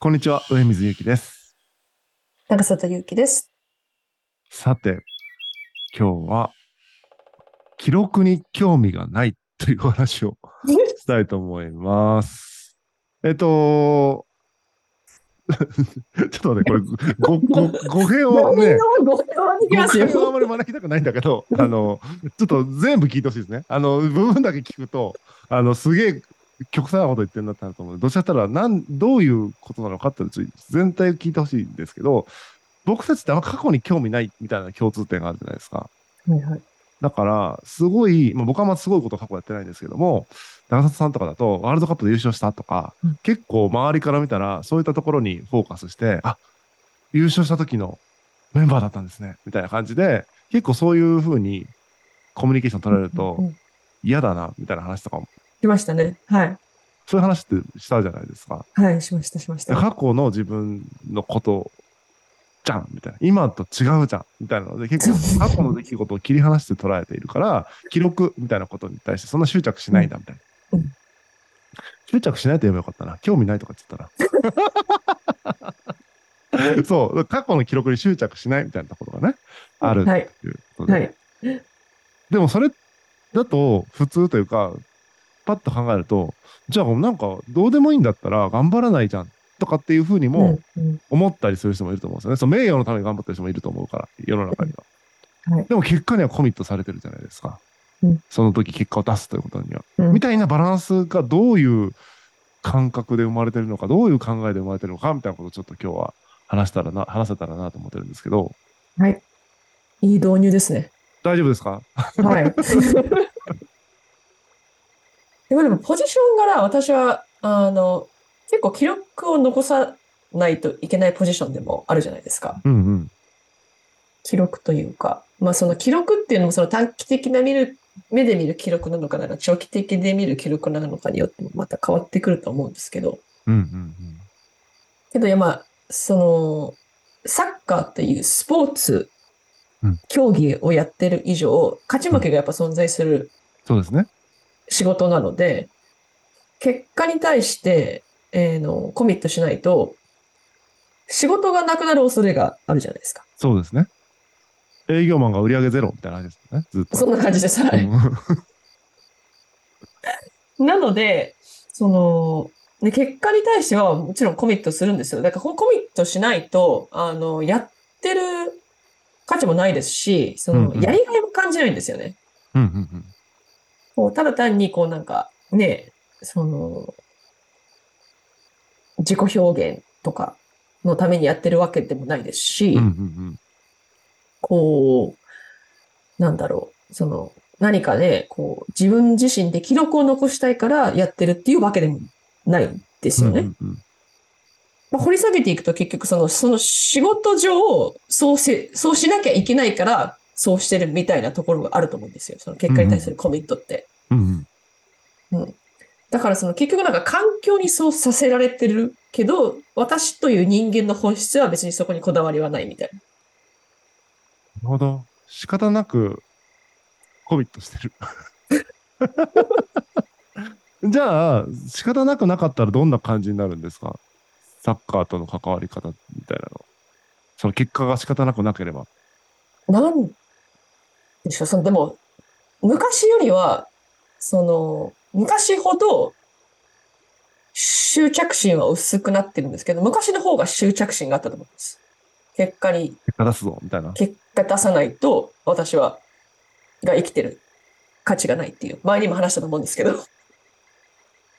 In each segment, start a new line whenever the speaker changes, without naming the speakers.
こんにちは、上水ゆきです。
長里ゆうきです。
さて、今日は、記録に興味がないというお話をしたいと思います。えっと、 ちょっと待って、これ、ご、ご、語弊をね、
ごめんな
語弊をあまり招きたくないんだけど、あの、ちょっと全部聞いてほしいですね。あの、部分だけ聞くと、あの、すげえ極端なこと言ってるなってなると思うので。どちらかというとなん、どういうことなのかっていうのをちょっと全体を聞いてほしいんですけど、僕たちってあんま過去に興味ないみたいな共通点があるじゃないですか。
はいはい。
だから、すごい、まあ、僕はあんますごいこと過去やってないんですけども、長里さんとかだと、ワールドカップで優勝したとか、
うん
結構周りから見たら、そういったところにフォーカスして、あ優勝した時のメンバーだったんですね、みたいな感じで、結構そういうふうにコミュニケーション取られる
うん
と
うん
嫌だな、みたいな話とかも、
しましたね。はい。
そういう話ってしたじゃないですか。
はい、しました、しました。
過去の自分のことじゃんみたいな今と違うじゃんみたいなので結構過去の出来事を切り離して捉えているから記録みたいなことに対してそんな執着しないんだみたいな、
うん
執着しないと言えばよかったな興味ないとか言ってた らそう過去の記録に執着しないみたいなところがねあるっ
はい。
ていうことで、
はい。
でもそれだと普通というかパッと考えるとじゃあなんかどうでもいいんだったら頑張らないじゃんとかっていうふうにも
うん、うん
思ったりする人もいると思うんですよね。その名誉のために頑張ってる人もいると思うから世の中には。
はい
でも結果にはコミットされてるじゃないですか。
うん
その時結果を出すということには。
うん
みたいなバランスがどういう感覚で生まれてるのかどういう考えで生まれてるのかみたいなことをちょっと今日は話したらな話せたらなと思ってるんですけど
はい。いい導入ですね。
大丈夫ですか
はい。 でもでも、ポジション柄、私は、あの、結構記録を残さないといけないポジションでもあるじゃないですか。
うんうん。
記録というか、まあその記録っていうのもその短期的な見る、目で見る記録なのかなのか、長期的で見る記録なのかによってもまた変わってくると思うんですけど、
うんうん
けどいやまあ、その、サッカーっていうスポーツ
うん、
競技をやってる以上、勝ち負けがやっぱ存在する
そうですね。
仕事なので、結果に対して、えーの、コミットしないと、仕事がなくなる恐れがあるじゃないですか。
そうですね。営業マンが売り上げゼロみたいな話ですよね。ずっと。
そんな感じです。はい。
うん
なので、その、ね、結果に対してはもちろんコミットするんですよ。だからこうコミットしないと、あの、やってる価値もないですし、その、
うんうん
やりがいも感じないんですよね。
うんうん
こうただ単にこうなんか、ね、その、自己表現とかのためにやってるわけでもないです
う
し、
んうんうん
こう、なんだろう、その、何かね、こう、自分自身で記録を残したいからやってるっていうわけでもないんです
うん
よ
うんう
ね。
んうん
まあ、掘り下げていくと結局その、その仕事上、そうせ、そうしなきゃいけないから、そうしてるみたいなところがあると思うんですよ。その結果に対するコミットって。
うんうん
だからその結局なんか環境にそうさせられてるけど、私という人間の本質は別にそこにこだわりはないみたいな。
なるほど。仕方なくコミット してる。じゃあ、仕方なくなかったらどんな感じになるんですかサッカーとの関わり方みたいなの。その結果が仕方なくなければ。
なんでしょう、そのでも、昔よりは、その、昔ほど執着心は薄くなってるんですけど、昔の方が執着心があったと思います。結果に、
結果出すぞみたいな。
結果出さないと、私は、が生きてる価値がないっていう、前にも話したと思うんですけど。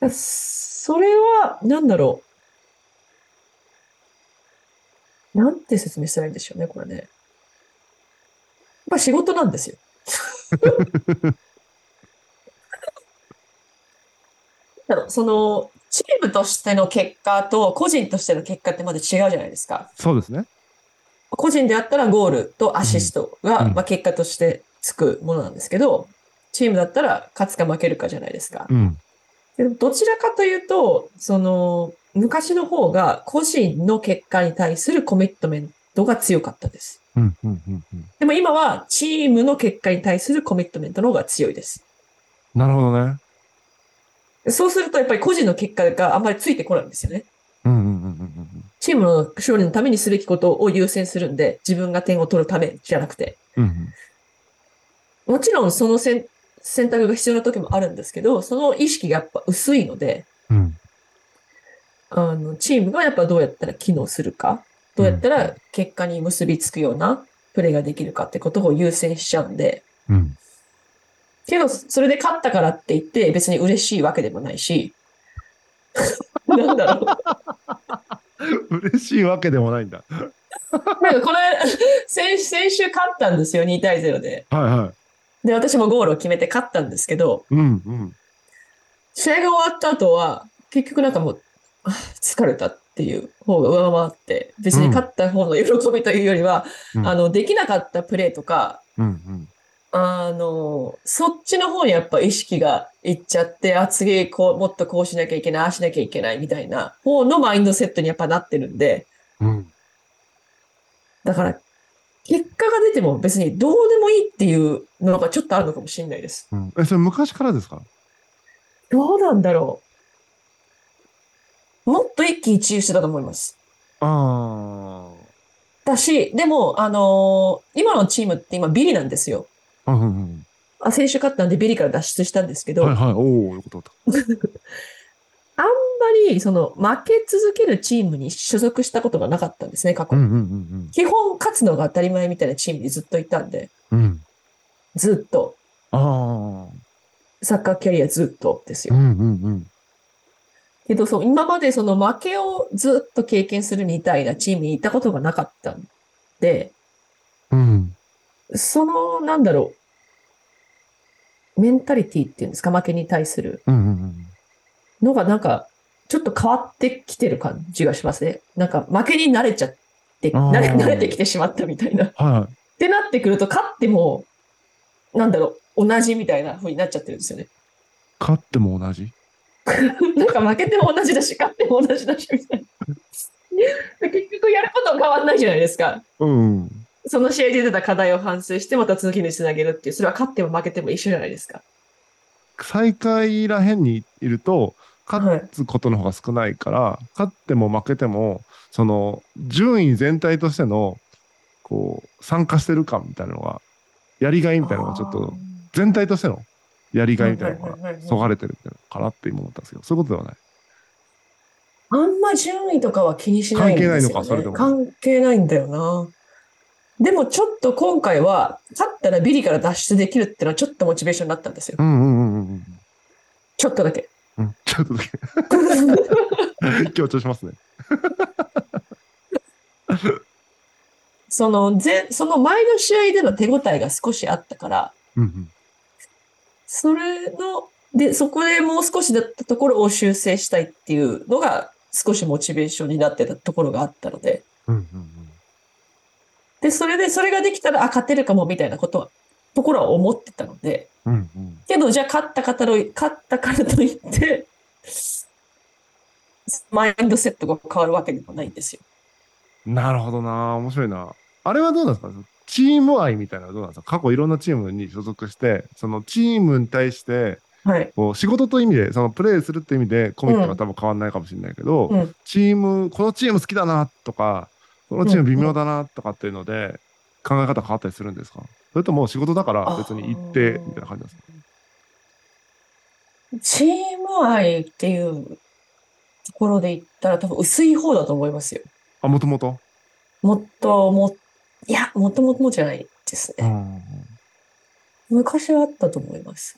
それは、なんだろう。なんて説明したらいいんでしょうね、これね。やっぱ仕事なん ですよ。なんだろうその、チームとしての結果と個人としての結果ってまだ違うじゃないですか。
そうですね。
個人であったらゴールとアシストが、
うん
まあ、結果としてつくものなんですけど、チームだったら勝つか負けるかじゃないですか。
うん。
でもどちらかというと、その、昔の方が個人の結果に対するコミットメントが強かったです。
うん、うん、うん。うん
でも今はチームの結果に対するコミットメントの方が強いです。
なるほどね。
そうするとやっぱり個人の結果があんまりついてこないんですよね。
うんうんうんうんうん
チームの勝利のためにすべきことを優先するんで、自分が点を取るためじゃなくて。
うんうん
もちろんその選選択が必要な時もあるんですけど、その意識がやっぱ薄いので、
うん
あの、チームがやっぱどうやったら機能するか、どうやったら結果に結びつくようなプレーができるかってことを優先しちゃうんで、
うん
けど、それで勝ったからって言って別に嬉しいわけでもないし、 なんだろう。
嬉しいわけでもないんだ。
なんかこれ、 先先週勝ったんですよ、2対0で。
はいはい。
で、私もゴールを決めて勝ったんですけど、
うんうん。
試合が終わった後は、結局なんかもう、 あ疲れたっていう方が上回って、別に勝った方の喜びというよりは、
うん
あの、できなかったプレーとか、
うんうん。
あの、そっちの方にやっぱ意識がいっちゃって、あ、次こう、もっとこうしなきゃいけない、ああしなきゃいけないみたいな方のマインドセットにやっぱなってるんで、
うん
だから、結果が出ても別にどうでもいいっていうのがちょっとあるのかもしれないです。
うん、えそれ昔からですか
どうなんだろう。もっと一喜一憂してたと思います。
あ
だし、でも、あのー今のチームって今ビリなんですよ。
あ。うんうん
あ先週勝ったんでビリから脱出したんですけ
う
ど、
ん、はいはい。おお、よかった。
あんまりその負け続けるチームに所属したことがなかったんですね、過去。
うんうんうん
基本勝つのが当たり前みたいなチームにずっといたんで、
うん。うん。
ずっと、
あ
サッカーキャリアずっとです
あ。う
よ。
んうんうん。
けどそう、今までその負けをずっと経験するみたいなチームにいたことがなかったんで、
うん。
その、なんだろう、メンタリティっていうんですか、負けに対する
うんうんうん。
のがなんか、ちょっと変わってきてる感じがしますね。なんか、負けに慣れちゃって、
あー
慣れ慣れてきてしまったみたいな。っ
は
てなってくると、勝っても、なんだろう、同じみたいな風になっちゃってるんですよね。
い。勝っても同じ。
なんか負けても同じだし、勝っても同じだし、みたい な。結局やることは変わんないじゃないですか。
うん。
その試合で出た課題を反省して、また次につなげるっていう、それは勝っても負けても一緒じゃないですか。
最下位らへんにいると、勝つことの方が少ないから、勝っても負けても、その、順位全体としての、こう、参加してる感みたいなのが、やりがいみたいなのがちょっと、全体としてのやりがいみたいなの
はいはい
が
はいはい
そがれてるみたいなのかなって今思ったんですけど、そういうことではない。
あんま順位とかは気にしないんですよ、ね。
関係ないのかそれでも
関係ないんだよな。でもちょっと今回は、勝ったらビリから脱出できるってのはちょっとモチベーションになったんですよ。
うんうんうんうん
ちょっとだけ。
うんうん。ちょっとだけ強調しますね。
その前、その前の試合での手応えが少しあったから、
うん
それの、で、そこでもう少しだったところを修正したいっていうのが少しモチベーションになってたところがあったので、
うん。うんうん
で、それで、それができたら、あ、勝てるかもみたいなことは、ところは思ってたので、
うん。うんうん。
けど、じゃあ勝ったからとい、勝ったからといって、マインドセットが変わるわけでもないんですよ。
なるほどな、面白いな。あれはどうなんですかチーム愛みたいなのはどうなんですか過去いろんなチームに所属して、そのチームに対して、
はい。
こう仕事という意味で、そのプレーするっていう意味で、コミットが多分変わんないかもしれないけど、
うん
チーム、このチーム好きだなとか、このチーム微妙だなとかっていうので、考え方変わったりするんですかそれとも仕事だから別に行ってみたいな感じなんですか
チーム愛っていうところで言ったら、多分薄い方だと思いますよ。
あ、もともと
もっとも、いや、もともともじゃないですね。昔はあったと思います。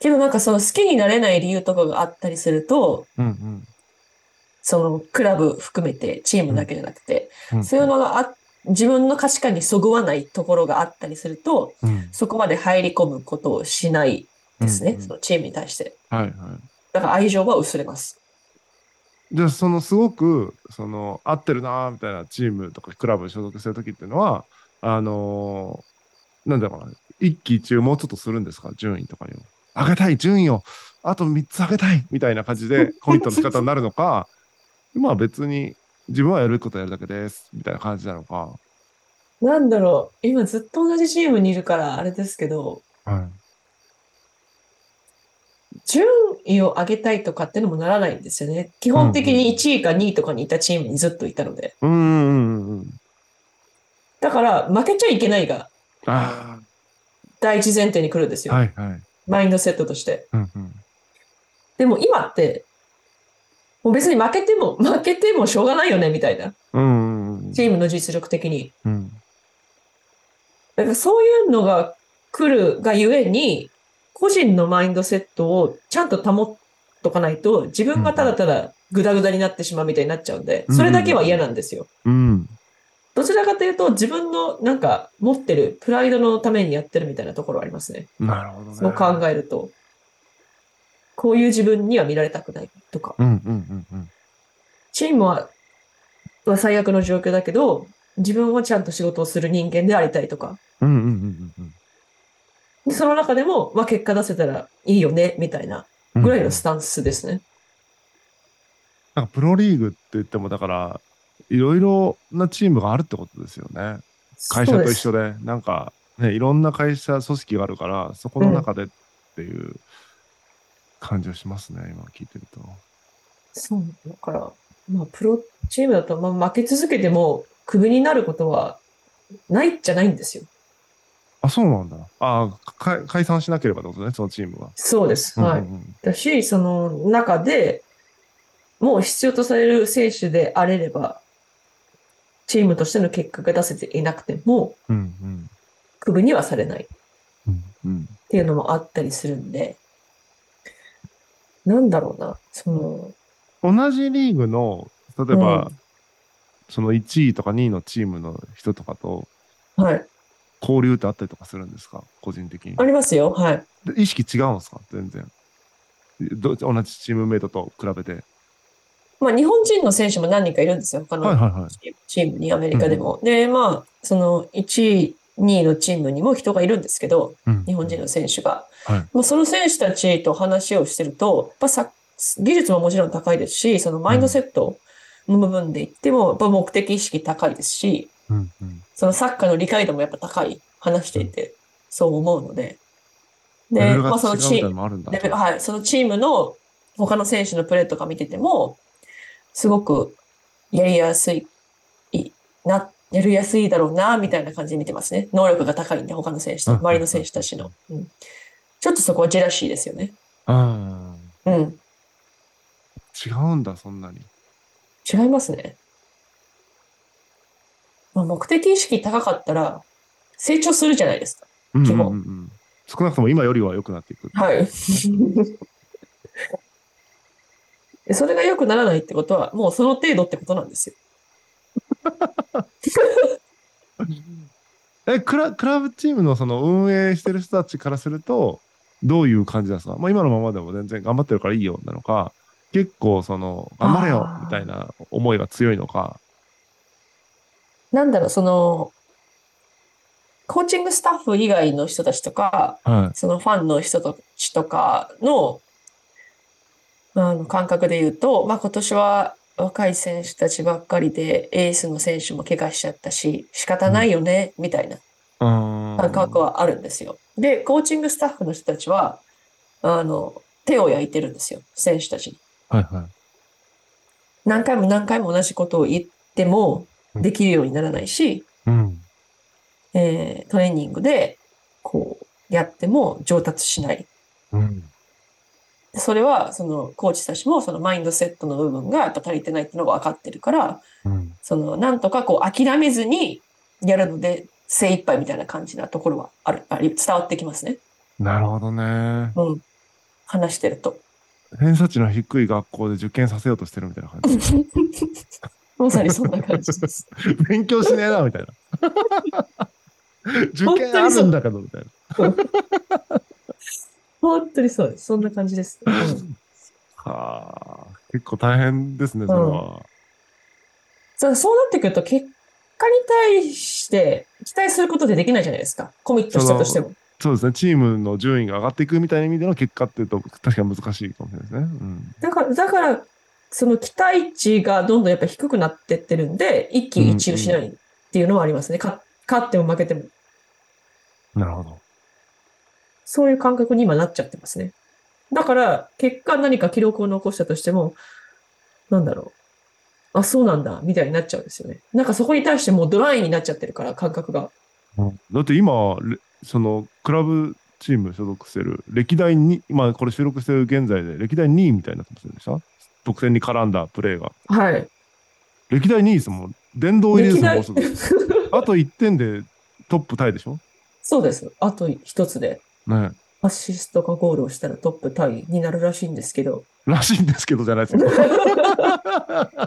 けどなんかその好きになれない理由とかがあったりすると、
うんうん。
そのクラブ含めてチームだけじゃなくて、
うん
そういうのがあ、自分の価値観にそぐわないところがあったりすると、
うん
そこまで入り込むことをしないですね、
うんうん
そのチームに対して。
はいはい。
だから愛情は薄れます。
じゃあそのすごくその合ってるなーみたいなチームとかクラブに所属してる時っていうのはあのーなんだろうな一喜一憂もうちょっとするんですか順位とかにも上げたい順位をあと3つ上げたいみたいな感じ でコミットの仕方になるのか今は別に自分はやることやるだけですみたいな感じなのか、
なんだろう、今ずっと同じチームにいるからあれですけど、
は
順位を上げたいとかってのもならないんですよね。基本的に1位か2位とかにいたチームにずっといたので。
うんうんうんうん。
だから、負けちゃいけないが
あ
第一前提に来るんです
あ、
よ。
はいはい。
マインドセットとして。
うんうん、
でも今って、もう別に負けても、負けてもしょうがないよね、みたいな。
うんうんうん
チームの実力的に。
うん。
だからそういうのが来るがゆえに、個人のマインドセットをちゃんと保っとかないと、自分がただただグダグダになってしまうみたいになっちゃうんで、それだけは嫌なんですよ。
うん。
どちらかというと、自分のなんか持ってるプライドのためにやってるみたいなところありますね。
なるほどね。
そう考えると。こういう自分には見られたくないとか。
うんうんうん
チームはは最悪の状況だけど、自分はちゃんと仕事をする人間でありたいとか。
うん。うんうんうんうん
でその中でも、まあ、結果出せたらいいよね、みたいな
うん。
ぐらいのスタンスですね。
なんかプロリーグって言ってもだからいろいろなチームがあるってことですよね。会社と一緒
で。
でなんか、ね、いろんな会社組織があるからそこの中でっていう感じをしますね、今聞いてると。
そうだから、まあ、プロチームだと、まあ、負け続けても、クビになることはないじゃないんですよ。
あそうなんだ。あか解散しなければってことねそのチームは。
そうです。はい。
うんうんうん
だし、その中でもう必要とされる選手であれれば、チームとしての結果が出せていなくても、
うんうん
クビにはされないっ
うんうん
ていうのもあったりするんで、なんだろうな、その、
同じリーグの例えば、
う
その1位とか2位のチームの人とかと
はい、
交流ってあったりとかするんですか個人的に
あ。りますよ、はい。
で意識違うんですか全然ど同じチームメイトと比べてはい
まあ、日本人の選手も何人かいるんですよ、他の
は
チームチームに、アメリカでも。で、まあ、その1位、2位のチームにも人がいるんですけど、
い、うん
日本人の選手が。
はい
まあ、その選手たちと話をしてると、やっぱさ技術ももちろん高いですし、そのマインドセットの部分で言っても、やっぱ目的意識高いですし、
うんうん
そのサッカーの理解度もやっぱ高い、話していて、そう思うので。
レベ
で、
ルが違う
まあ、
みた
そのチ
い
ー
な
ム
のもあるんだ
レベルはい、そのチームの他の選手のプレーとか見てても、すごくやりやすい、いな、やりやすいだろうな、みたいな感じで見てますね。能力が高いんで、他の選手と、
うん
周りの選手たちの。うん、ちょっとそこはジェラシーですよね。
あ
うん。
ー違うんだそんなに
違いますね。まあ、目的意識高かったら、成長するじゃないですか。
うんう
基
ん
本
うんうん少なくとも今よりは良くなっていく
はい。 でそれが良くならないってことは、もうその程度ってことなんですよ。
えクラクラブチームのその運営してる人たちからするとどういう感じなんですか、まあ、今のままでも全然頑張ってるからいいよなのか結構その頑張れよ
あー
みたいな思いが強いのか
なんだろう、その、コーチングスタッフ以外の人たちとか、
は
そのファンの人たちとかの、あの、感覚で言うと、まあ今年は若い選手たちばっかりで、エースの選手も怪我しちゃったし、仕方ないよね、みたいない
感
感覚はあるんですよ。で、コーチングスタッフの人たちは、あの、手を焼いてるんですよ、選手たちに。
はいはい
何回も何回も同じことを言っても
うん
できるようにならないし、
うん
えートレーニングでこうやっても上達しない。
うん
それはそのコーチたちもそのマインドセットの部分がやっぱ足りてないっていうのが分かってるから、
うん
そのなんとかこう諦めずにやるので精一杯みたいな感じなところはあるあり伝わってきますね。
なるほどね。
うん。話してると。
偏差値の低い学校で受験させようとしてるみたいな感じ。
まさにそんな感じです。
勉強しねえな、みたいな。受験あるんだけど、みたいな。
本当にそうです。そんな感じです。うん
はあ、結構大変ですね、それは。
そうそうなってくると結果に対して期待することってできないじゃないですか。コミットしたとしても。
そうですね、チームの順位が上がっていくみたいな意味での結果っていうと、確かに難しいかもしれないですね。うん。
だから、だから、その期待値がどんどんやっぱ低くなってってるんで、一喜一憂しないっていうのはありますね。か勝っても負けても。
なるほど。
そういう感覚に今なっちゃってますね。だから、結果何か記録を残したとしても、なんだろう。あ、そうなんだ、みたいになっちゃうんですよね。なんかそこに対してもうドライになっちゃってるから、感覚が。
だって今、れそのクラブチーム所属してる、歴代に、今これ収録してる現在で、歴代2位みたいになってませんでした得点に絡んだプレーが。
はい。
歴代2位ですもん。殿堂入りですもん、もうす
歴
ぐ。あと1点でトップタイでしょ
そうです。あと一つで、
ね
アシストかゴールをしたらトップタイになるらしいんですけど、
えらしいんですけどじゃないですよ。
で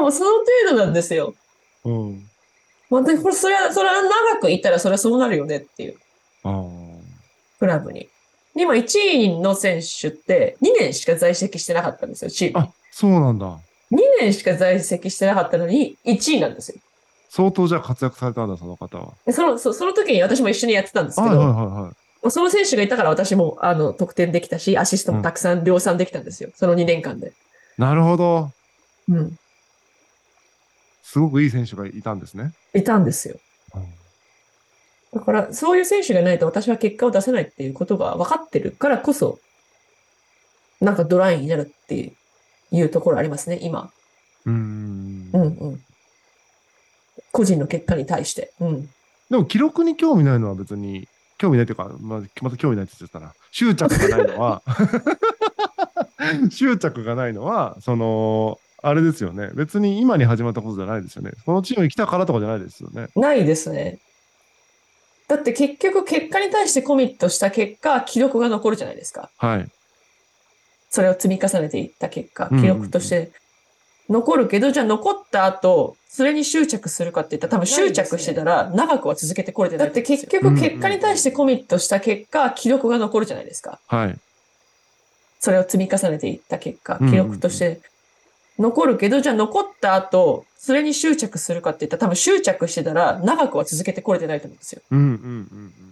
もその程度なんですよ。
うん。
まあ、でこれそれは、それは長くいたら、それはそうなるよねっていう、
ああ。
クラブに。で今、1位の選手って、2年しか在籍してなかったんですよ、チームに
あ。そうなんだ。
2年しか在籍してなかったのに、1位なんですよ。
相当じゃあ活躍されたんだ、その方は。
でそのそその時に私も一緒にやってたんですけ
はい
ど、
はいはいはい。
もうその選手がいたから私もあの得点できたし、アシストもたくさん量産できたんですよ、その2年間で。
なるほど。
うん。
すごくいい選手がいたんですね。
いたんですよ。だから、そういう選手がいないと私は結果を出せないっていうことが分かってるからこそ、なんかドライになるっていうところありますね、今。
うん
うんうん。個人の結果に対して。うん。
でも記録に興味ないのは別に、興味ないというか、まあ、また興味ないって言っちゃったな。執着がないの は、執着がないのは、その、あれですよね。別に今に始まったことじゃないですよね。そのチームに来たからとかじゃないですよね。
ないですね。だって結局、結果に対してコミットした結果、記録が残るじゃないですか。
はい。
それを積み重ねていった結果、
うんうん
記録として残るけど、じゃあ残った後、それに執着するかって言ったら、多分執着してたら長くは続けてこれてない。だって
う
結
ん
局
うん
結果に対してコミットした結果、記録が残るじゃないですか。
はい。
それを積み重ねていった結果
うんう、ん
記録として残るけど、じゃあ残った後、それに執着するかって言ったら、多分執着してたら長くは続けてこれてないと思うんですよ。
Mm, うんうんうんうん。